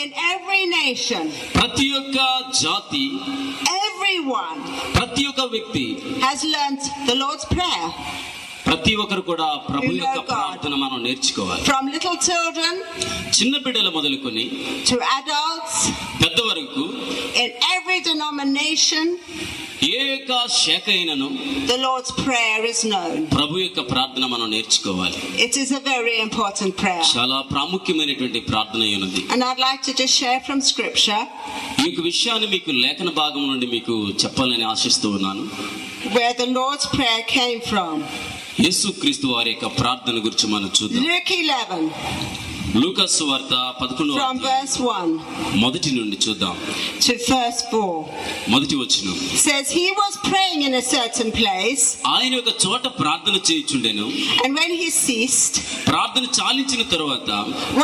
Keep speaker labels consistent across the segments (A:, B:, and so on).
A: in every nation,
B: ప్రతి ఒక్క జాతి
A: everyone
B: ప్రతి ఒక్క వ్యక్తి
A: has learnt the Lord's Prayer
B: ప్రతి ఒక్కరు కూడా ప్రభు యొక్క ప్రార్థన మనం నేర్చుకోవాలి
A: from little children
B: చిన్న బిడ్డలు మొదలుకొని
A: to adults
B: పెద్ద వరకు
A: in every denomination.
B: ఏ యొక్క శాఖ అయినను
A: The Lord's Prayer is known.
B: ప్రభు యొక్క ప్రార్థన మనం నేర్చుకోవాలి
A: It is a very important prayer.
B: చాలా ప్రాముఖ్యమైనటువంటి ప్రార్థన అయి ఉన్నది
A: And I'd like to just share from Scripture
B: ఈ యొక్క విషయాన్ని మీకు లేఖన భాగం నుండి మీకు చెప్పాలని ఆశిస్తూ ఉన్నాను
A: where the Lord's Prayer came from.
B: యేసు క్రీస్తు వారి యొక్క ప్రార్థన గురించి మనం చూద్దాం
A: Luke 11,
B: లూకాస్ వార్త పదకొండు
A: from verse 1
B: మొదటి నుండి చూద్దాం
A: to verse 4,
B: మొదటి వచ్చిన
A: says, He was praying in a certain place,
B: ఆయన ఒక చోట ప్రార్థన చేయుచుండెను
A: and when he ceased,
B: ప్రార్థన చాలించిన తరువాత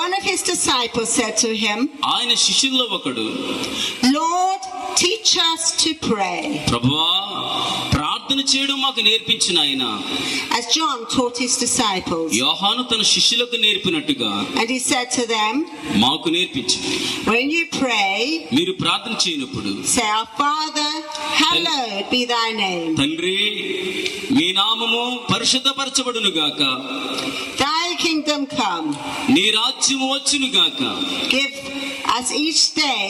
A: one of his disciples said to him,
B: ఆయన శిష్యుల్లో ఒకడు
A: Lord, teach us to pray,
B: ప్రభువా ప్రార్థన చేయడం మాకు నేర్పించిన ఆయన
A: as John taught his disciples.
B: యోహాను తన శిష్యులకు నేర్పినట్టుగా
A: And he said to them,
B: మాకు నేర్పించు
A: When you pray,
B: మీరు ప్రార్థన చేయనప్పుడు
A: say, Our Father, hallowed be thy name.
B: తండ్రి మీ నామము పరిశుద్ధపరచబడును గాక
A: Thy kingdom come.
B: నీ రాజ్యము వచ్చును గాక
A: Give us each day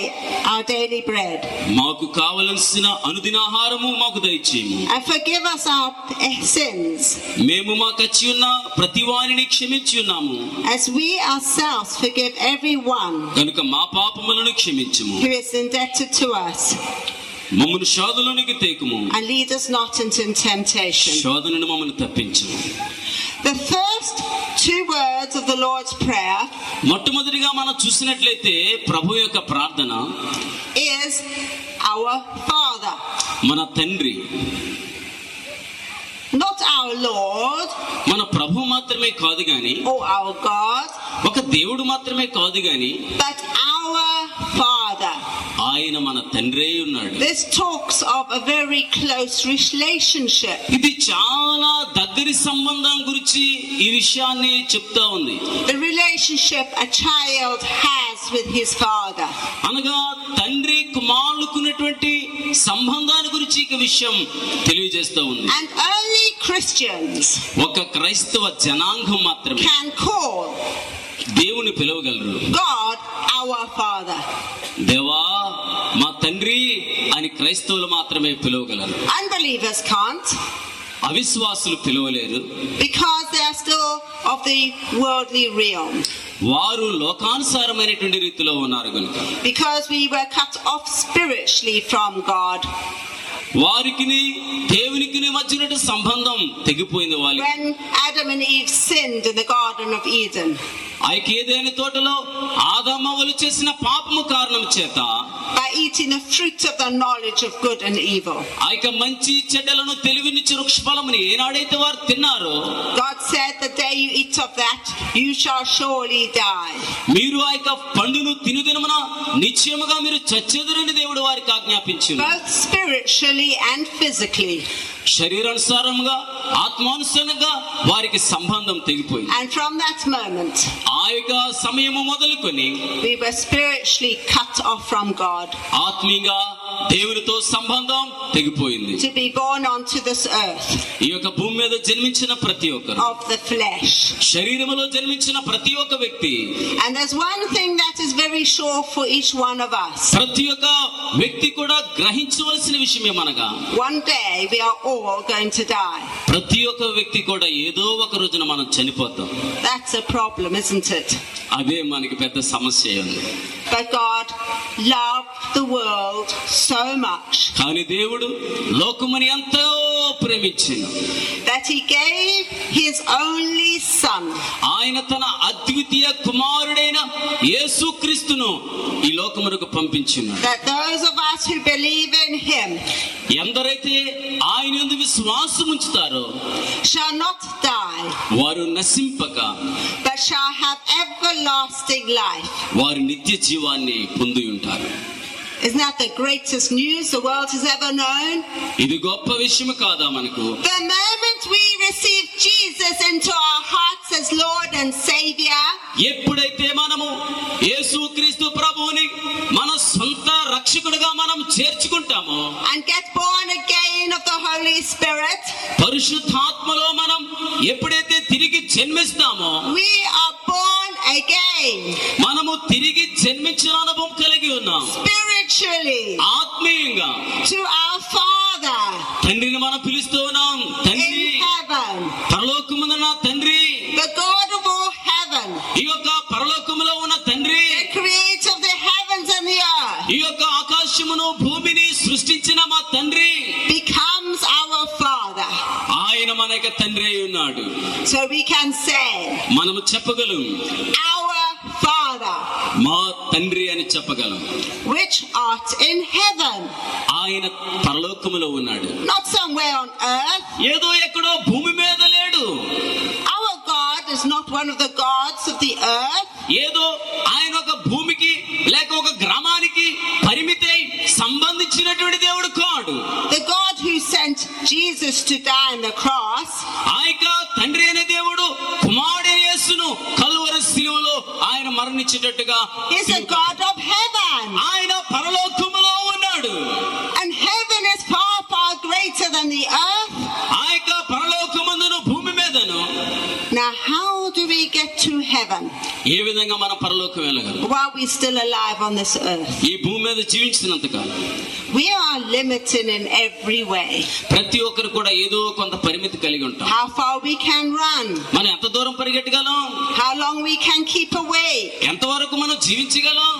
A: our daily bread.
B: మాకు కావలసిన అనుదినాహారము మాకు దయచేయము
A: And forgive us our eh, sins,
B: మేము మా కచ్చి ఉన్న ప్రతి వారిని క్షమించి ఉన్నాము
A: as we ourselves forgive everyone
B: కనుక మా పాపములను క్షమించుము
A: who is indebted to us.
B: మమ్మను శోధనలోనికి తేకుము
A: And lead us not into temptation.
B: శోధనను మమ్మల్ని తప్పించుము
A: The first two words of the Lord's Prayer
B: మొట్టమొదటిగా మనం చూసినట్లయితే ప్రభు యొక్క ప్రార్థన
A: is our Father,
B: మన తండ్రి
A: not our Lord
B: మన ప్రభు మాత్రమే కాదు గాని
A: or our God,
B: ఒక దేవుడు మాత్రమే కాదు గాని
A: but our Father.
B: ఆయన మన తండ్రే ఉన్నాడు
A: This talks of a very close relationship.
B: ఇది చాలా దగ్గరి సంబంధం గురించి ఈ విషయాన్ని చెప్తా ఉంది
A: The relationship a child has with his father.
B: అనగా తండ్రి కుమారుకున్నటువంటి సంబంధాన్ని గురించి ఈ విషయం తెలియజేస్తా ఉంది
A: And only Christians
B: ఒక క్రైస్తవ జనాంగం మాత్రమే
A: can call
B: దేవుని పిలవగలరు
A: God our father.
B: దేవా మా తండ్రి అని క్రైస్తవులు మాత్రమే పిలవగలరు
A: Unbelievers can't
B: అవిశ్వాసులు పిలవలేరు
A: because they are still of the worldly realm.
B: వారు లోకానుసారమైనటువంటి రీతిలో ఉన్నారు కనుక
A: Because we were cut off spiritually from God
B: వారికి దేవునికి మధ్యన సంబంధం తెగిపోయింది వాళ్ళు
A: when Adam and Eve sinned in the Garden of Eden.
B: ఐకేదేని తోటలో ఆదమవలు చేసిన పాపము కారణం చేత
A: by eating the fruit of the knowledge of good and evil.
B: ఆ యొక్క మంచి చెడ్డలను తెలివినిచ్చు వృక్షఫలముని ఏనాడైతే వారు తిన్నారో
A: God said, The day you eat of that, you shall surely die.
B: మీరు ఆ యొక్క పండును తినుదినమున నిశ్చయముగా మీరు చచ్చెదురని దేవుడు వారికి ఆజ్ఞాపించింది
A: Both spiritually and physically.
B: శరీరానుసారంగా ఆత్మానుసారంగా వారికి సంబంధం తెగిపోయింది
A: And from that moment,
B: ఆ యొక్క సమయము మొదలుకొని
A: we were spiritually cut off from God
B: ఆత్మీయంగా దేవునితో సంబంధం తెగిపోయింది
A: to be born onto this earth
B: ఈ యొక్క భూమి మీద జన్మించిన ప్రతి ఒక్కరు
A: of the flesh.
B: శరీరములో జన్మించిన ప్రతి ఒక్క వ్యక్తి
A: And there's one thing that is very sure for each one of us.
B: ప్రతి ఒక్క వ్యక్తి కూడా గ్రహించవలసిన విషయం ఏమనగా
A: One day we are all going to die.
B: ప్రతి ఒక్క వ్యక్తి కూడా ఏదో ఒక రోజున మనం చనిపోతాం
A: That's a problem, isn't it?
B: అదే మనకి పెద్ద సమస్య ఉంది
A: But God loved the world so much
B: కానీ దేవుడు లోకముని ఎంతో ప్రేమించింది
A: that he gave his only son
B: ఆయన తన అద్వితీయ కుమారుడైన యేసుక్రీస్తును ఈ లోకమునకు పంపించినాడు
A: that those of us who believe in him
B: ఎందరైతే ఆయన యందు విశ్వాసం ఉంచుతారో
A: shall not die
B: వారు నశింపక
A: but shall have everlasting life
B: వారు నిత్య జీవాన్ని పొంది ఉంటారు
A: isn't that the greatest news the world has ever known
B: ఇది గొప్ప విషయం కాదా మనకు
A: the moment we receive Jesus into our hearts as Lord and Savior,
B: ఎప్పుడైతే మనము యేసుక్రీస్తు ప్రభువుని మన సొంత రక్షకుడిగా మనం చేర్చుకుంటామో
A: and get born again of the Holy Spirit,
B: పరిశుద్ధాత్మలో మనం ఎప్పుడైతే తిరిగి జన్మిస్తామో
A: we are born again
B: మనము తిరిగి జన్మించిన అనుభవం కలిగి ఉన్నాం
A: spiritually
B: ఆత్మీయంగా
A: to our Father
B: తండ్రిని మనం పిలుస్తూ ఉన్నాం తండ్రి
A: in heaven,
B: పరలోకమున తండ్రి
A: the God of all heaven,
B: ఈ యొక్క పరలోకములో ఉన్న తండ్రి
A: the creator of the heavens and the earth,
B: ఈ యొక్క ఆకాశమును భూమిని సృష్టించిన మా తండ్రి
A: becomes our Father.
B: ఆయన మన యొక్క తండ్రి అయి ఉన్నాడు
A: So we can say,
B: మనము చెప్పగలం
A: Our Father,
B: మా తండ్రి అని చెప్పగలం
A: which art in heaven,
B: ఆయన పరలోకములో ఉన్నాడు
A: not somewhere on earth.
B: ఏదో ఎక్కడో భూమి మీద లేడు
A: Our God is not one of the gods of the earth.
B: ఏదో ఆయన ఒక భూమికి లేక ఒక గ్రామానికి పరిమితి అయి సంబంధించినటువంటి దేవుడు కాడు
A: The God who sent Jesus to die on the cross
B: ఆ యొక్క తండ్రి అనే దేవుడు కుమారుడు యేసును కలువర శిలువలో ఆయన మరణించేటట్టుగా
A: is a God of heaven.
B: ఆయన పరలోకములో ఉన్నాడు
A: And heaven is far, far greater than the earth.
B: ఆ యొక్క పరలోకమందును భూమి మీదను
A: Now, how do we get to heaven
B: ఏ విధంగా మనం పరలోకం వెళ్ళగలం
A: while we're still alive on this earth?
B: ఈ భూమి మీద జీవించినంత కాలం
A: We are limited in every way
B: ప్రతి ఒక్కరు కూడా ఏదో కొంత పరిమితి కలిగి ఉంటాం
A: how far we can run,
B: మనం ఎంత దూరం పరిగెట్టగలం
A: how long we can keep away,
B: ఎంతవరకు మనం జీవించగలం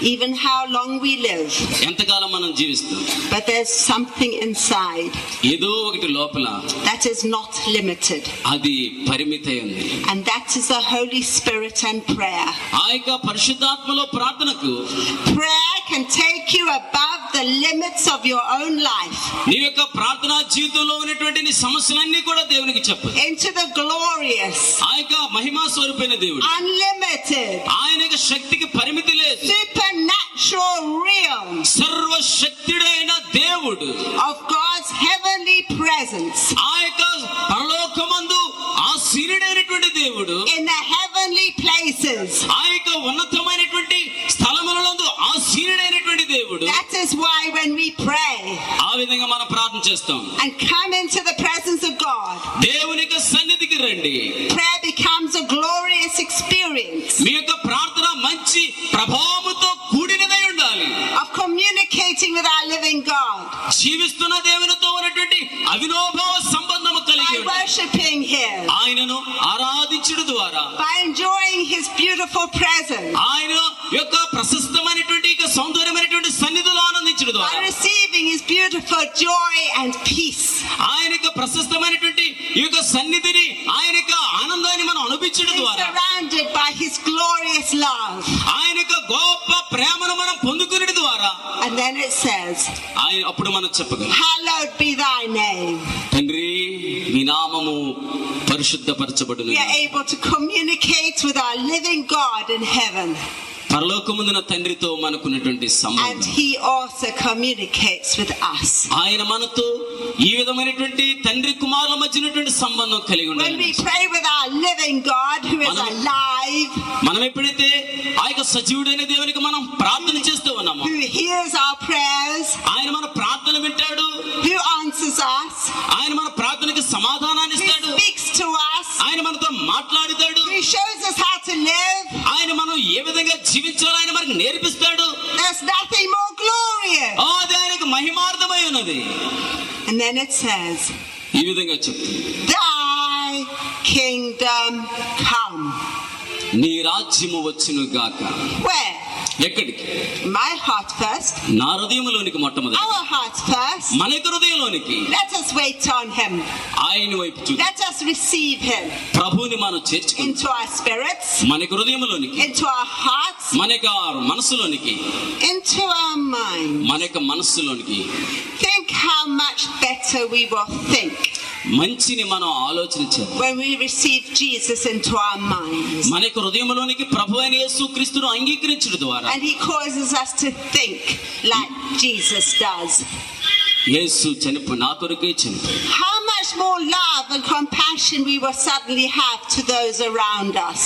A: even how long we live.
B: ఎంతకాలం మనం జీవిస్తాం
A: But there's something inside
B: ఏదో ఒకటి లోపల
A: that is not limited,
B: అది పరిమితి అయి ఉంది
A: and that is the Holy Spirit and prayer.
B: ఆ యొక్క పరిశుద్ధాత్మలో ప్రార్థనకు
A: Prayer can take you above the limits of your own life
B: నీ యొక్క ప్రార్థనా జీవితంలో ఉన్నటువంటి నీ సమస్యలన్నీ కూడా దేవునికి చెప్పు
A: into the glorious,
B: ఆ యొక్క మహిమా స్వరూపైన దేవుడు
A: unlimited,
B: ఆయన యొక్క శక్తికి పరిమితి లేదు
A: supernatural realm
B: సర్వశక్తుడైన దేవుడు
A: of God's heavenly presence
B: ఆ యొక్క పరలోకమందు ఆ సీనుడైనటువంటి దేవుడు
A: in the heavenly places.
B: ఆ యొక్క ఉన్నతమైనటువంటి స్థలములందు ఆ సీనుడైనటువంటి దేవుడు
A: That is why when we pray
B: ఆ విధంగా మనం ప్రార్థన చేస్తాం
A: and come into the presence of God,
B: దేవుని యొక్క సన్నిధికి రండి
A: prayer becomes a glorious experience
B: మీ యొక్క ప్రార్థన మంచి ప్రభావముతో కూడినదై ఉండాలి
A: of communicating with our living God
B: జీవిస్తున్న దేవునితో ఉన్నటువంటి అవినోభావ సంబంధము కలిగి
A: by
B: ఉండాలి
A: worshipping Him,
B: ఆయనను ఆరాధించడం ద్వారా
A: by enjoying His beautiful presence.
B: ఆయన యొక్క ప్రశస్తమైనటువంటి యొక్క సౌందర్యమైనటువంటి సన్నిధులు ఆనందించడం ద్వారా
A: by receiving his beautiful joy and peace
B: ఆయన యొక్క ప్రశస్తమైనటువంటి ఈ యొక్క సన్నిధిని ఆయన యొక్క ఆనందాన్ని మనం అనుభవించడం
A: being
B: ద్వారా
A: surrounded by his glorious love
B: ఆయన యొక్క గొప్ప ప్రేమను మనం పొందుకునే ద్వారా
A: and then it says
B: ఆయన అప్పుడు మనం చెప్పగలం
A: hallowed be thy name
B: తండ్రి నీ నామము పరిశుద్ధపరచబడును
A: we are able to communicate with our living god in heaven
B: పరలోకముందున తండ్రితో మనకున్నటువంటి
A: and
B: సంబంధం
A: he also communicates with us
B: ఆయన మనతో ఈ విధమైనటువంటి తండ్రి కుమారుల మధ్యనటువంటి సంబంధం కలిగి
A: when
B: ఉండాలి
A: we pray with our living god who is
B: Manam-
A: alive
B: మనం ఎప్పుడైతే ఆ యొక్క సజీవుడైన దేవునికి మనం ప్రార్థన చేస్తూ ఉన్నామో
A: who hears our prayers
B: ఆయన మన ప్రార్థన వింటాడు
A: who answers us
B: ఆయన మన ప్రార్థనకి సమాధానాన్ని
A: who
B: ఇస్తాడు
A: speaks to us
B: ఆయన మనతో మాట్లాడుతాడు
A: who shows us how to live
B: ఆయన మనం ఏ విధంగా జీవించాలో ఆయన మనకు నేర్పిస్తాడు
A: there's nothing more glorious
B: ఆ, అది ఆయనకు మహిమార్థమై ఉన్నది
A: And then it says,
B: ఈ విధంగా చెప్తుంది
A: Thy kingdom come.
B: నీ రాజ్యము వచ్చును గాక
A: Where?
B: ఎక్కడికి
A: My heart first,
B: నా హృదయంలోనికి మొట్టమొదటి
A: our heart first.
B: మన యొక్క హృదయంలోనికి
A: Let us wait on him.
B: ఆయన వైపు చూడు
A: Let us receive him
B: ప్రభువుని మనం చేర్చుకుంటాం
A: into our spirits,
B: మన యొక్క హృదయంలోనికి
A: into our hearts,
B: మన యొక్క మనసులోనికి
A: into our mind.
B: మన యొక్క మనస్సులోనికి
A: Think how much better we will think
B: మంచిని మనం ఆలోచన చేద్దాం
A: when we receive Jesus into our minds.
B: మన యొక్క హృదయంలోనికి ప్రభు అయిన యేసు క్రీస్తును అంగీకరించడం ద్వారా
A: And he causes us to think like Jesus does.
B: యేసు చనిపో నా కొరకే చనిపో
A: How much much more love and compassion we will suddenly have to those around us.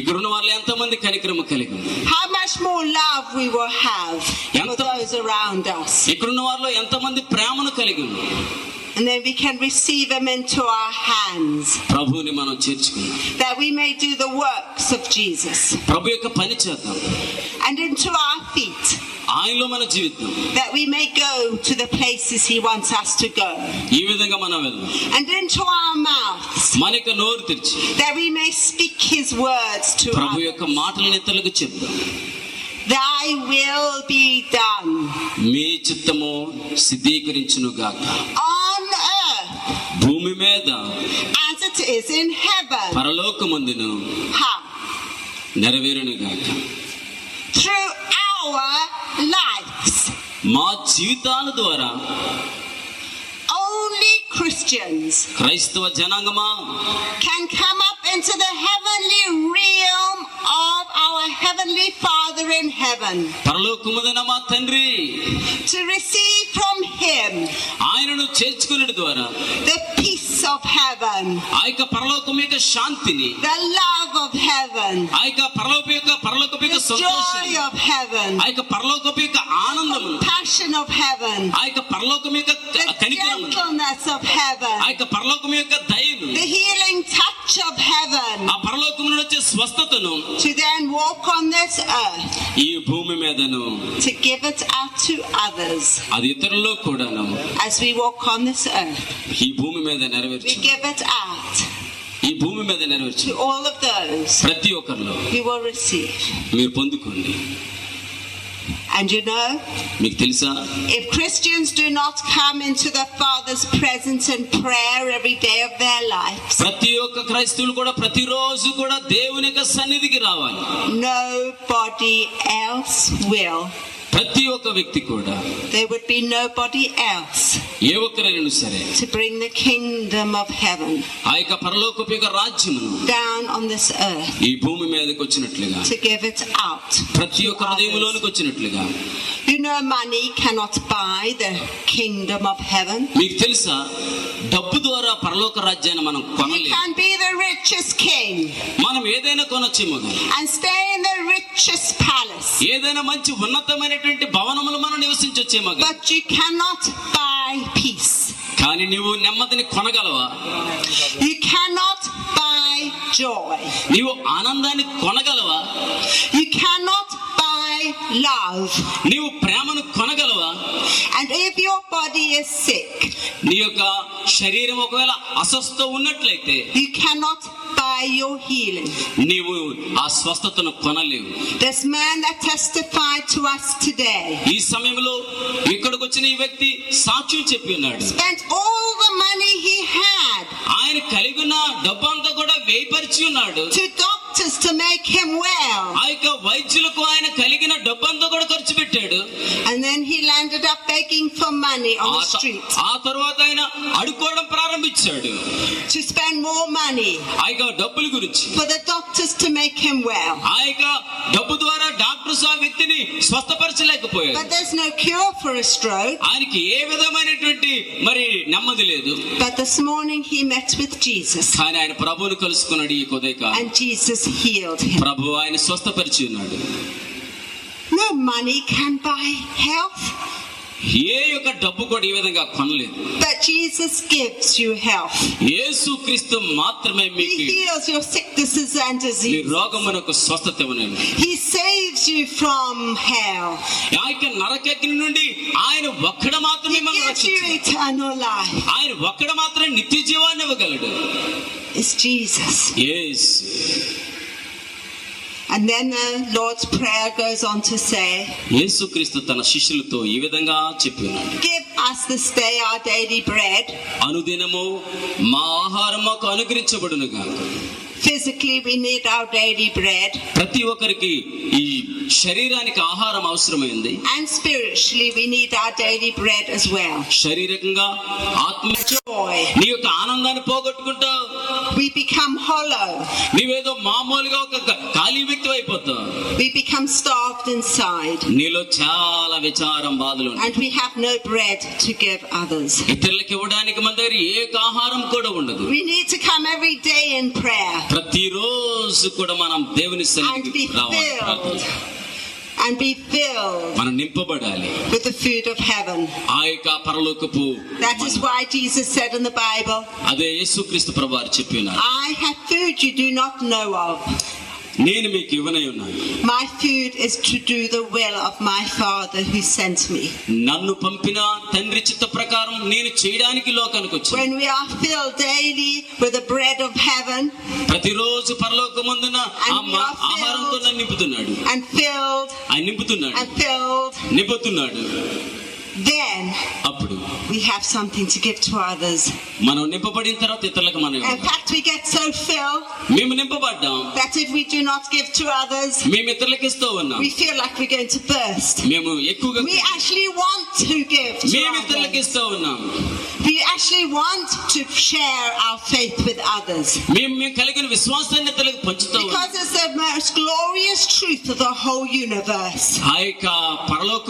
B: ఇక్కడున్న వాళ్ళు ఎంతమంది కనిక్రమ కలిగి ఉన్నారు?
A: How much more love we will have for
B: Yanto-
A: those around us.
B: ఇక్కడున్న వాళ్ళు ఎంతమంది ప్రేమను కలిగి ఉన్నారు?
A: And then we can receive them into our hands
B: ప్రభువుని మనం చేర్చుకుందాం
A: that we may do the works of Jesus.
B: ప్రభు యొక్క పని చేద్దాం
A: And into our feet
B: ఆయనలో మనం జీవిద్దాం
A: that we may go to the places He wants us to go.
B: ఈ విధంగా మనం వెళ్దాం
A: And into our mouths
B: మన యొక్క నోరు తెరిచి
A: that we may speak His words to
B: Prabhu
A: us.
B: యొక్క మాటలను ఇతరులకు చెప్దాం
A: Thy will be done
B: మీ చిత్తము సిద్ధీకరించును గాక
A: on earth
B: భూమి మీద
A: as it is in heaven.
B: పరలోకమందును
A: How?
B: నెరవేరును గాక
A: through our lives.
B: మా జీవితాల ద్వారా
A: Only Christians
B: క్రైస్తవ జనాంగమా
A: can come up into the heavenly realm of our Heavenly Father in heaven
B: పరలోకముదైన మా తండ్రి
A: to receive from Him
B: ఆయనను చేర్చుకునే ద్వారా
A: the peace of heaven,
B: ఆ యొక్క పరలోకం యొక్క శాంతిని
A: the love of heaven,
B: ఆ యొక్క పరలోక యొక్క పరలోకపు
A: the
B: యొక్క సంతోషాన్ని
A: joy of heaven,
B: ఆ యొక్క పరలోకపు యొక్క ఆనందము
A: passion of heaven,
B: ఆ యొక్క పరలోకం యొక్క
A: the
B: కనికరము
A: gentleness of
B: ఆ
A: heaven,
B: యొక్క పరలోకం యొక్క దయను
A: the healing touch of heaven
B: ఆ పరలోకం నుండి వచ్చే స్వస్థతను
A: to then walk on this earth
B: ఈ భూమి మీదను
A: to give it out to others.
B: అది ఇతరుల్లో కూడాను
A: as we walk on this earth.
B: ఈ భూమి మీద
A: We
B: నెరవేర్చు
A: give it out
B: ఈ భూమి మీద నెరవేర్చు
A: to all of those
B: ప్రతి ఒక్కరిలో
A: who will receive.
B: మీరు పొందుకోండి
A: And you know,
B: మీకు తెలుసా
A: if Christians do not come into the Father's presence and prayer every day of their lives,
B: ప్రతి ఒక్క క్రైస్తవులు కూడా ప్రతిరోజు కూడా దేవుని యొక్క సన్నిధికి రావాలి
A: nobody else will.
B: ప్రతి ఒక్క వ్యక్తి కూడా
A: There would be nobody else
B: ఏ ఒక్కరైనా సరే
A: to bring the kingdom of heaven
B: ఆ యొక్క పరలోకపు యొక్క రాజ్యమును
A: down on this earth
B: ఈ భూమి మీదకి వచ్చినట్లుగా
A: to give it out.
B: ప్రతి ఒక్క హృదయంలోనికి వచ్చినట్లుగా
A: You know, money cannot buy the kingdom of heaven.
B: మీకు తెలుసా డబ్బు ద్వారా పరలోక రాజ్యాన్ని మనం
A: You
B: కొనలేము
A: can be the richest king
B: మనం ఏదైనా కొనొచ్చేమో కానీ
A: and stay in the richest palace,
B: ఏదైనా మంచి ఉన్నతమైనటువంటి భవనములు మనం నివసించొచ్చేమో కానీ
A: but you cannot buy peace.
B: కానీ నీవు నెమ్మదిని కొనగలవా
A: You cannot buy joy.
B: నీవు ఆనందాన్ని కొనగలవా
A: You cannot buy love.
B: నీవు ప్రేమను కొనగలవా
A: And if your body is sick,
B: నీ యొక్క శరీరం ఒకవేళ అస్వస్థ ఉన్నట్లయితే
A: you cannot buy your healing.
B: నీవు ఆ స్వస్థతను కొనలేవు
A: This man that testified to us today
B: ఈ సమయంలో ఇక్కడికి వచ్చిన ఈ వ్యక్తి సాక్ష్యం చెప్పి ఉన్నాడు
A: spent all the money he had
B: ఆయన కలిగి ఉన్న డబ్బు అంతా కూడా వేయపరిచి ఉన్నాడు
A: to doctors to make him well,
B: ఆ యొక్క వైద్యులకు ఆయన కలిగిన డబ్బు అంతా కూడా ఖర్చు పెట్టాడు
A: and then he landed up begging for money on
B: ఆ
A: the
B: త-
A: street.
B: ఆ తర్వాత ఆయన అడుక్కోవడం ప్రారంభించాడు
A: to spend more money
B: ఆ యొక్క డబ్బుల గురించి
A: for the doctors to make him well.
B: ఆ యొక్క డబ్బు ద్వారా డాక్టర్స్ ఆ వ్యక్తిని స్వస్థపరచలేకపోయారు
A: But there's no cure for a stroke.
B: ఆయనకి ఏ విధమైనటువంటి మరి నెమ్మది లేదు
A: But this morning he met with Jesus,
B: కానీ ఆయన ప్రభువును కలుసుకున్నాడు ఈ ఉదయకాలం
A: and Jesus healed him.
B: ప్రభు ఆయన స్వస్థపరిచి ఉన్నాడు
A: No money can buy health,
B: ఏ యొక్క డబ్బు కూడా ఈ విధంగా కొనలేదు
A: but Jesus gives you health.
B: యేసు క్రీస్తు మాత్రమే
A: He
B: మీకు
A: heals your sicknesses and
B: me
A: disease.
B: రోగమునకు స్వస్థత ఇవ్వనండి
A: He saves you from hell.
B: ఆ యొక్క నరకగ్ని నుండి ఆయన ఒక్కడ మాత్రమే
A: He
B: మనం
A: gives you
B: రక్షించగలడు
A: eternal life.
B: ఆయన ఒక్కడ మాత్రం నిత్య జీవాన్ని ఇవ్వగలడు
A: It's Jesus.
B: Yesu
A: And then the Lord's Prayer goes on to say,
B: యేసుక్రీస్తు తన శిష్యులతో ఈ విధంగా చెప్పి ఉన్నాడు
A: Give us this day our daily bread.
B: అనుదినము మా ఆహారం మాకు అనుగ్రహించబడును గాక
A: Physically, we need our daily bread,
B: ప్రతి ఒక్కరికి ఈ శరీరానికి ఆహారం అవసరమైంది
A: and spiritually, we need our daily bread as well.
B: శారీరకంగా ఆత్మ
A: Joy.
B: నీ యొక్క ఆనందాన్ని పోగొట్టుకుంటావు
A: We become hollow.
B: నీవేదో మామూలుగా ఒక ఖ- ఖాళీ వ్యక్తి అయిపోతావు
A: We become starved inside,
B: నీలో చాలా విచారం బాధలు ఉంటాయి.
A: and we have no bread to give others.
B: ఇతరులకు ఇవ్వడానికి మన దగ్గర ఏ ఆహారం కూడా ఉండదు
A: We need to come every day in prayer
B: ప్రతిరోజు కూడా మనం దేవుని
A: and be
B: సన్నిధికి రావాలి
A: filled
B: ప్రార్థన.
A: and be filled
B: మనం నింపబడాలి
A: with the food of heaven.
B: ఆ యొక్క పరలోకపు
A: That is why Jesus said in the Bible,
B: అదే యేసుక్రీస్తు ప్రభు వారు చెప్పినారు
A: I have food you do not know of.
B: నేను మీకు ఇవ్వనై ఉన్నాను
A: My food is to do the will of my Father who sent me.
B: నన్ను పంపిన తండ్రి చిత్త ప్రకారం నేను చేయడానికి లోకానికి వచ్చాను
A: When we are filled daily with the bread of heaven
B: ప్రతిరోజు పరలోకమందున ఆ మా- ఆహారంతో నన్ను నింపుతున్నాడు
A: and filled
B: ఆయన నింపుతున్నాడు
A: and filled,
B: నింపుతున్నాడు
A: then
B: అప్పుడు
A: we have something to give to others.
B: మనం నింపబడిన తర్వాత ఇతరులకు మనం
A: In
B: ఇవ్వాలి.
A: fact, we get so filled
B: మేము నింపబడ్డాం
A: that if we do not give to others,
B: మేము ఇతరులకు ఇస్తూ ఉన్నాం
A: we feel like we're going to burst.
B: మేము ఎక్కువగా
A: We actually want to give to
B: మేము ఇతరులకు
A: others.
B: ఇస్తూ ఉన్నాం
A: We actually want to share our faith with others.
B: మేము మేము కలిగిన విశ్వాసాన్ని ఇతరులకు పంచుతూ ఉన్నాం
A: Because it's the most glorious truth of the whole universe.
B: ఆ యొక్క పరలోకం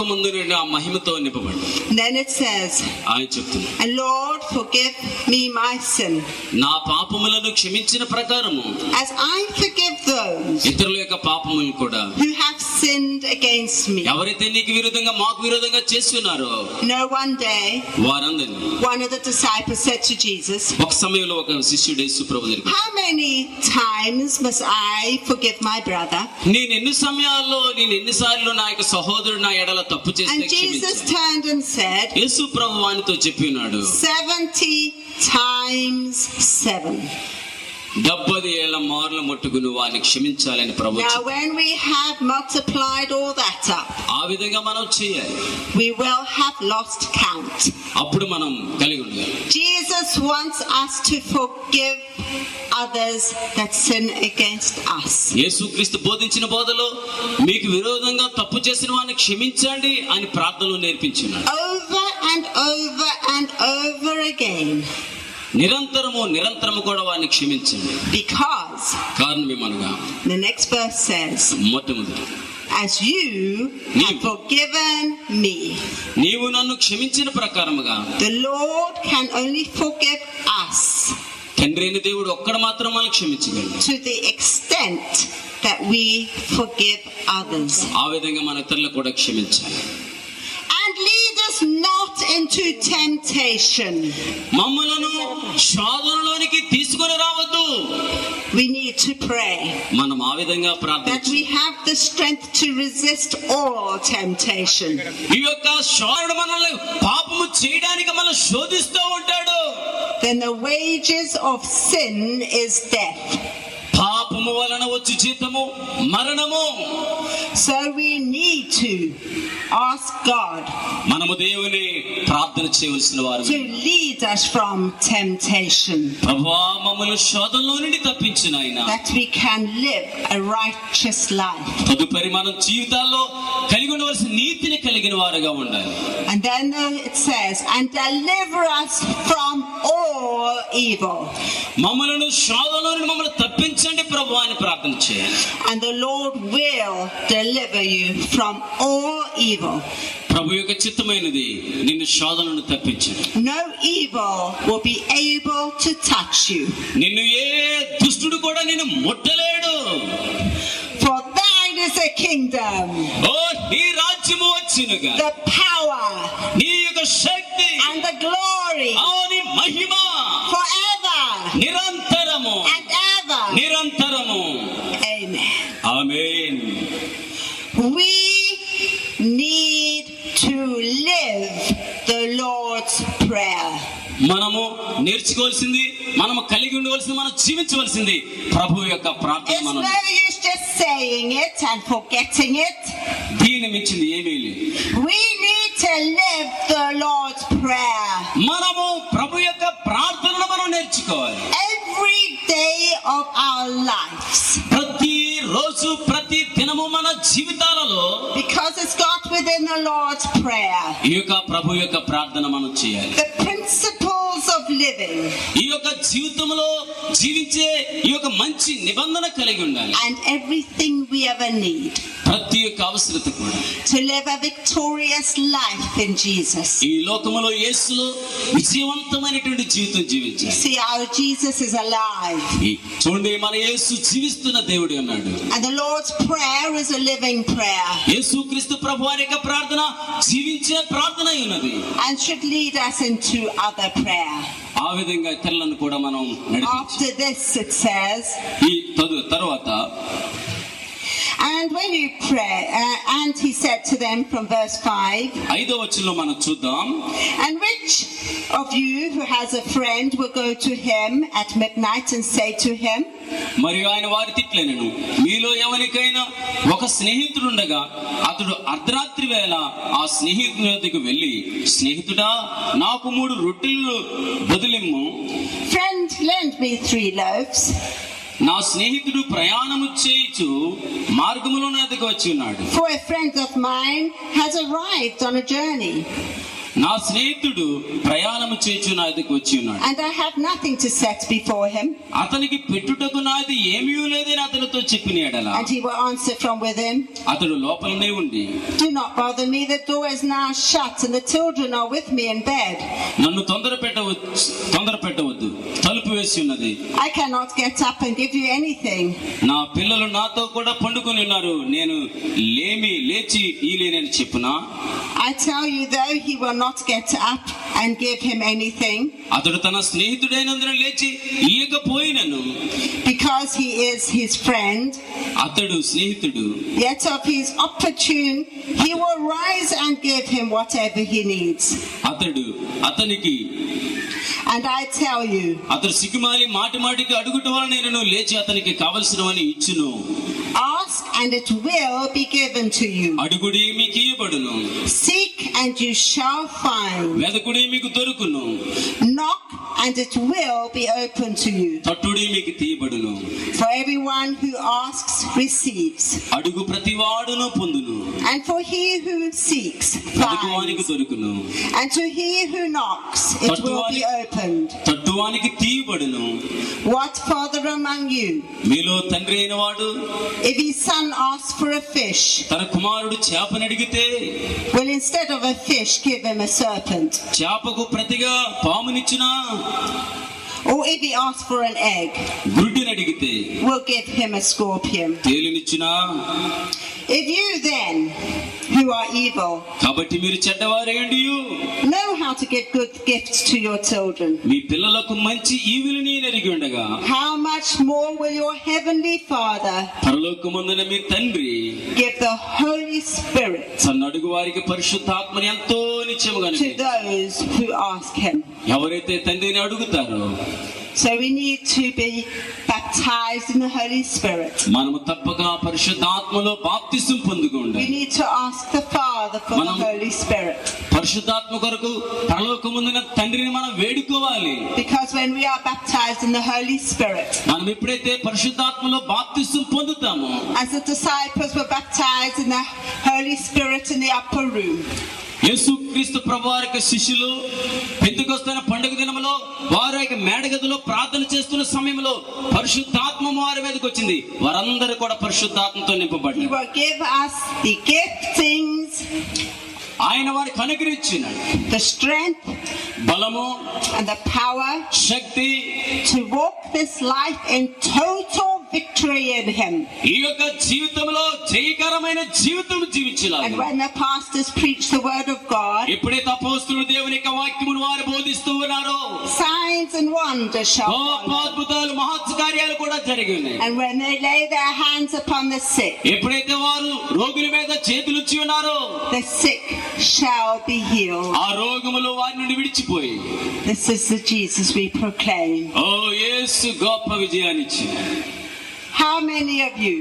B: ఆ మహిమతో నింపబడి
A: And then it says,
B: ఆయన చెప్తున్నారు
A: And Lord, forgive me my sin,
B: నా పాపములను క్షమించిన ప్రకారము
A: as I forgive those
B: ఇతరుల యొక్క పాపములను కూడా
A: who have sinned against me.
B: ఎవరైతే నీకు విరుద్ధంగా మాకు విరోధంగా చేస్తున్నారో
A: No, one day,
B: వారందరినీ
A: one of the disciples said to Jesus,
B: ఒక సమయంలో ఒక శిష్యుడు సుప్రభు దగ్గరికి
A: How many times must I forgive my brother?
B: నేను ఎన్ని సమయాల్లో నేను ఎన్నిసార్లు నా యొక్క సహోదరుడు నా ఎడల తప్పు చేస్తే
A: And Jesus turned and said,
B: యేసు ప్రభు వానితో చెప్పినాడు
A: 70 times 7.
B: డెబ్బది ఏళ్ల మార్లు ముట్టుకుని వారిని క్షమించాలని ప్రభు
A: Now,
B: చెప్పాడు.
A: when we have multiplied all that up,
B: ఆ విధంగా మనం చేయాలి
A: we will have lost count.
B: అప్పుడు మనం కలిగి ఉండాలి
A: Jesus wants us to forgive others that sin against us.
B: యేసుక్రీస్తు బోధించిన బోధలో మీకు విరోధంగా తప్పు చేసిన వారిని క్షమించండి అని ప్రార్థనలు నేర్పించున్నాడు
A: Over and over and over again.
B: నిరంతరము నిరంతరము కూడా వారిని క్షమించండి
A: Because
B: కారణం ఏమనగా
A: the next verse says,
B: మొట్టమొదటి
A: As you have forgiven me,
B: నీవు నన్ను క్షమించిన ప్రకారముగా
A: the Lord can only forgive us
B: తండ్రి అయిన దేవుడు ఒక్కడ మాత్రం మనం క్షమించగలడు
A: to the extent that we forgive others.
B: ఆ విధంగా మన ఇతరులు కూడా క్షమించాలి
A: And lead us not into temptation.
B: మమ్మలను శోధనలోనికి తీసుకొని రావద్దు
A: We need to pray.
B: మనం ఆ విధంగా
A: that
B: ప్రార్థించి
A: we have the strength to resist all temptation.
B: ఈ యొక్క శోధన మనల్ని పాపము చేయడానికి మనం శోధిస్తూ ఉంటాడు
A: Then the wages of sin is death.
B: పాపము వలన వచ్చు జీతము మరణము
A: So we need to ask God
B: మనము దేవుని ప్రార్థన చేయవలసిన వారు
A: to lead us from temptation,
B: ప్రభువా మమ్మల్ని శోధనలో నుండి తప్పించిన ఆయన
A: that we can live a righteous life.
B: తదుపరి మనం జీవితాల్లో కలిగి ఉండవలసిన నీతిని కలిగిన వారుగా ఉండాలి
A: And then the- it says, and deliver us from all evil.
B: మమ్మలను శోధనలో నుండి మమ్మల్ని తప్పించండి ప్రభు అని ప్రార్థన చేయాలి
A: And the Lord will deliver you from all evil.
B: ప్రభు యొక్క చిత్తమైనది నిన్ను శోధన నుండి తప్పించడం
A: No evil will be able to touch you,
B: నిన్ను ఏ దుష్టుడు కూడా నిన్ను ముట్టలేడు
A: for thine is the kingdom,
B: ఓ నీ రాజ్యము వచ్చినగా
A: the power,
B: నీ యొక్క శక్తి
A: and the glory
B: ఆ నీ మహిమ
A: forever
B: నిరంతరము
A: and ever.
B: నిరంతరము
A: Amen.
B: Amen
A: We need to live the Lord's Prayer.
B: మనము నేర్చుకోవాల్సింది మనము కలిగి ఉండవలసింది మనం జీవించవలసింది ప్రభు యొక్క ప్రార్థన
A: It's
B: మనం
A: no use just saying it and forgetting it.
B: దీని మించింది ఏమీ లేదు
A: We need to live the Lord's Prayer
B: మనము ప్రభు యొక్క ప్రార్థనను మనం నేర్చుకోవాలి
A: every day of our lives
B: ప్రతి రోజు ప్రతి దినము మన జీవితాలలో
A: because it's got within the Lord's Prayer.
B: ఈ యొక్క ప్రభు యొక్క ప్రార్థన మనం చేయాలి
A: The principles of living
B: ఈ యొక్క జీవితంలో జీవించే ఈ యొక్క మంచి నిబంధన కలిగి ఉండాలి
A: and everything we ever need
B: ప్రతి యొక్క అవసరత కూడా
A: to live a victorious life in Jesus.
B: ఈ లోకములో యేసులో విజయవంతమైనటువంటి జీవితం జీవించాలి
A: See how Jesus is alive.
B: ఈ- చూడండి మన యేసు జీవిస్తున్న దేవుడు అన్నాడు
A: And the Lord's Prayer is a living prayer
B: యేసు క్రీస్తు ప్రభు వారి యొక్క ప్రార్థన జీవించే ప్రార్థన అయి ఉన్నది
A: and should lead us into other prayer.
B: ఆ విధంగా ఇతరులను కూడా మనం నడిపించాలి
A: After this, it says,
B: ఈ తదు- తరువాత
A: And when you pray, uh, and he said to them from verse 5,
B: ఐదో వచనంలో మనం చూద్దాం
A: And which of you who has a friend will go to him at midnight and say to him,
B: మరియు ఆయన వారి తిట్లనను మీలో ఎవరికైనా ఒక స్నేహితుడుండగా అతడు అర్ధరాత్రి వేళ ఆ స్నేహితుని వద్దకు వెళ్ళి స్నేహితుడా నాకు మూడు రొట్టెలు బదిలిమ్ము
A: Friend, lend me three loaves,
B: నా స్నేహితుడు ప్రయాణము చేయుచు మార్గములో నా దగ్గర వచ్చి ఉన్నాడు
A: for a friend of mine has arrived on a journey,
B: నా స్నేహితుడు ప్రయాణము చేయుచు నా దగ్గర వచ్చి ఉన్నాడు
A: and I have nothing to set before him.
B: అతనికి పెట్టుటకు నాది ఏమీ లేదని అతనితో చెప్పిన యెడల
A: And he will answer from within,
B: అతడు లోపలనే ఉండి
A: Do not bother me, the door is now shut, and the children are with me in bed.
B: నన్ను తొందర పెట్టవచ్చు తొందర పెట్టవద్దు తలుపు వేసి ఉన్నది
A: I cannot get up and give you anything.
B: నా పిల్లలు నాతో కూడా పండుకొని ఉన్నారు నేను లేమి లేచి ఈలేనని చెప్పునా
A: I tell you, though, he will not get up and give him anything
B: అతడు తన స్నేహితుడైనందున లేచి ఈయకపోయినను
A: because he is his friend.
B: అతడు స్నేహితుడు
A: Yet, if he is opportune, he will rise and give him whatever he needs.
B: అతడు అతనికి
A: And I tell you,
B: అతడు సిగ్గుమాలి మాటి మాటికి అడుగుట వలన నేను లేచి అతనికి కావలసినవని ఇచ్చును
A: ask and it will be given to you.
B: అడుగుడి మీకు ఇయ్యబడును
A: Seek and you shall find.
B: వెదకుడి మీకు దొరుకును
A: Knock and it will be open to you.
B: తట్టుడి మీకు తీయబడును
A: For everyone who asks receives,
B: అడుగు ప్రతివాడును పొందును
A: and for he who seeks finds.
B: వెదకువానికి దొరుకును
A: And to he who knocks, it will be opened.
B: తట్టువానికి తీయబడును
A: What father among you,
B: మీలో తండ్రి అయిన వాడు
A: if his son asks for a fish,
B: తన కుమారుడు చేపనడిగితే
A: will instead of a fish give him a serpent?
B: చేపకు ప్రతిగా పామునిచ్చిన
A: Or if he asks for an egg,
B: గుడ్డినడిగితే
A: will give him a scorpion?
B: తేలినిచ్చిన
A: If you then, who are evil,
B: కాబట్టి మీరు చెడ్డవారేయండి
A: know how to give good gifts to your children,
B: మీ పిల్లలకు మంచి ఈవిలిని ఎరిగి ఉండగా
A: how much more will your heavenly Father
B: పరలోకమందున మీ తండ్రి
A: give the Holy Spirit
B: తన అడుగు వారికి పరిశుద్ధాత్మని ఎంతో నిత్యముగా
A: to those who ask him?
B: ఎవరైతే తండ్రిని అడుగుతారో
A: So we need to be baptized in the Holy Spirit.
B: మనము తప్పక పరిశుద్ధాత్మలో బాప్తిసం పొందుకుండాలి
A: We need to ask the Father for the
B: Manam-
A: Holy Spirit.
B: పరిశుద్ధాత్మ కొరకు పరలోకముందున తండ్రిని మనం వేడుకోవాలి
A: Because when we are baptized in the Holy Spirit,
B: మనం ఎప్పుడైతే పరిశుద్ధాత్మలో బాప్తిసం పొందుతామో
A: as the disciples were baptized in the Holy Spirit in the upper room,
B: యేసు క్రీస్తు ప్రభువారి యొక్క శిష్యులు పెంతుకొస్తున్న పండుగ దినములో వారి యొక్క మేడగదిలో ప్రార్థన చేస్తున్న సమయంలో పరిశుద్ధాత్మ వారి మీదకి వచ్చింది వారందరూ కూడా పరిశుద్ధాత్మతో
A: He
B: నింపబడ్డారు
A: will give us the giftings,
B: ఆయన వారికి అనుగ్రహించినాడు
A: the strength,
B: బలము
A: and the power
B: Shakti
A: to walk this life in total victory in Him.
B: ఈ యొక్క జీవితంలో జయకరమైన జీవితం
A: And
B: జీవించాలి
A: when the pastors preach the Word of God,
B: ఎప్పుడైతే అపోస్తులు దేవుని యొక్క వాక్యమును వారు బోధిస్తూ ఉన్నారో
A: signs and wonders shall
B: గొప్ప
A: follow.
B: అద్భుతాలు మహత్కార్యాలు కూడా జరిగి ఉన్నాయి
A: And when they lay their hands upon the sick,
B: ఎప్పుడైతే వారు రోగుల మీద చేతులు ఇచ్చి ఉన్నారో
A: the sick shall be healed.
B: ఆ రోగములు వారి నుండి విడిచిపోయి
A: This is the Jesus we proclaim.
B: ఓ యేసు గొప్ప విజయాన్ని ఇచ్చింది
A: How many of you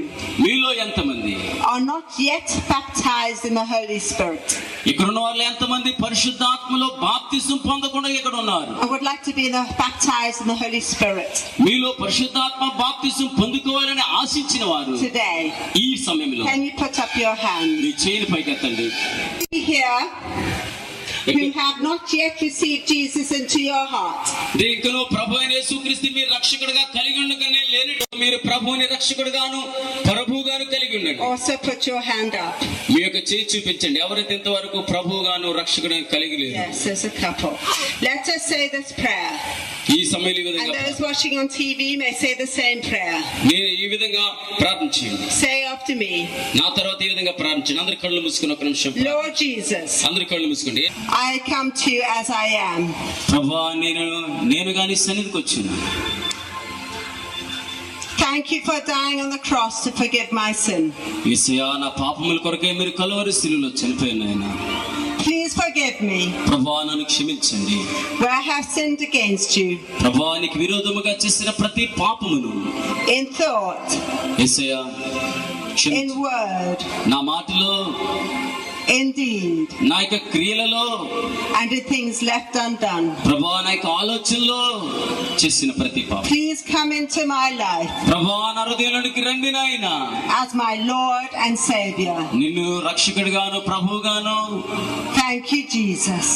B: మీలో ఎంతమంది
A: are not yet baptized in the Holy Spirit
B: ఇక్కడ ఉన్న వాళ్ళు ఎంతమంది పరిశుద్ధాత్మలో బాప్తిసం పొందకుండా ఇక్కడ ఉన్నారు
A: and would like to be in the, baptized in the Holy Spirit
B: మీలో పరిశుద్ధాత్మ బాప్తిసం పొందుకోవాలని ఆశించిన వారు
A: today?
B: ఈ సమయంలో
A: Can you put up your hand?
B: మీ చేయిని పైకెత్తండి
A: Here, who
B: ఎక్కడ-
A: have not yet received Jesus into your heart,
B: దీంట్లో ప్రభు అయిన యేసుక్రీస్తు మీరు రక్షకుడుగా కలిగి ఉండగానే లేని మీరు ప్రభువుని రక్షకుడుగాను ప్రభువుగాను కలిగి ఉండండి
A: also put your hand up.
B: మీ యొక్క చేయి చూపించండి ఎవరైతే ఇంతవరకు ప్రభువుగాను రక్షకుడుగా కలిగి లేరు
A: Yes, there's a couple. Let us say this prayer.
B: ఈ సమయంలో ఈ
A: And
B: విధంగా
A: those watching on TV may say the same prayer.
B: నేను ఈ విధంగా ప్రార్థన చేయండి
A: Say after me
B: నా తర్వాత ఈ విధంగా ప్రార్థన చేయండి అందరి కళ్ళు మూసుకుని ఒక నిమిషం
A: Lord Jesus,
B: అందరి కళ్ళు మూసుకోండి
A: I come to you as I am.
B: ప్రభా నేను నేను గాని సన్నిధికి వచ్చాను
A: Thank you for dying on the cross to forgive my sin.
B: ఈసయా నా పాపముల కొరకే మీరు కలువరి శిలులో చనిపోయిన ఆయన
A: Please forgive me
B: ప్రభా నన్ను క్షమించండి
A: where I have sinned against you
B: ప్రభానికి విరోధముగా చేసిన ప్రతి పాపమును
A: in thought,
B: ఏసయ్యా క్షమించు.
A: in word,
B: నా మాటలో
A: in deed,
B: నా యొక్క క్రియలలో
A: and in things left undone.
B: ప్రభా నా యొక్క ఆలోచనలో చేసిన ప్రతి పాపం
A: Please come into my life
B: ప్రభా నా హృదయంలోనికి రండి నాయన
A: as my Lord and Savior.
B: నిన్ను రక్షకుడిగాను ప్రభువుగాను
A: Thank you, Jesus.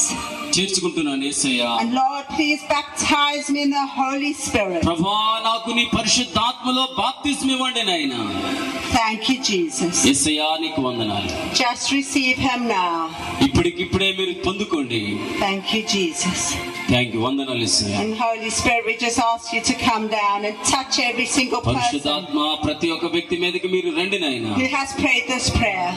B: చేర్చుకుంటున్నాను Yesayya
A: And Lord, please baptize me in the Holy Spirit.
B: ప్రభా నాకు నీ పరిశుద్ధాత్మలో బాప్తిస్మ ఇవ్వండి నాయన
A: Thank you, Jesus.
B: ఏసయ్యా నీకు వందనాలు
A: Just receive him now.
B: ఇప్పటికిప్పుడే మీరు పొందుకోండి
A: Thank you, Jesus.
B: Thank you వందనాలు ఏసయ్యా
A: And Holy Spirit, we just ask you to come down and touch every single person
B: పరిశుద్ధాత్మ ప్రతి ఒక్క వ్యక్తి మీదకి మీరు రండి నాయన
A: who has prayed this prayer.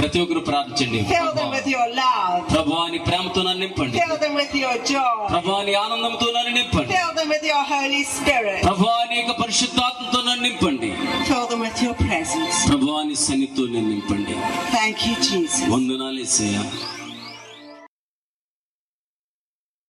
B: ప్రతి ఒక్కరు ప్రార్థించండి
A: Fill them
B: ప్రభా.
A: with your love.
B: ప్రభాని ప్రేమతో నన్ను నింపండి
A: Fill them with your joy.
B: ప్రభాని ఆనందంతో నన్ను నింపండి
A: Fill them with your Holy Spirit.
B: ప్రభాని యొక్క పరిశుద్ధాత్మతో నన్ను నింపండి
A: Fill them with your presence.
B: ప్రభాని సన్నిధితో నన్ను నింపండి
A: Thank you, Jesus.
B: వందనాలు ఏసయ్యా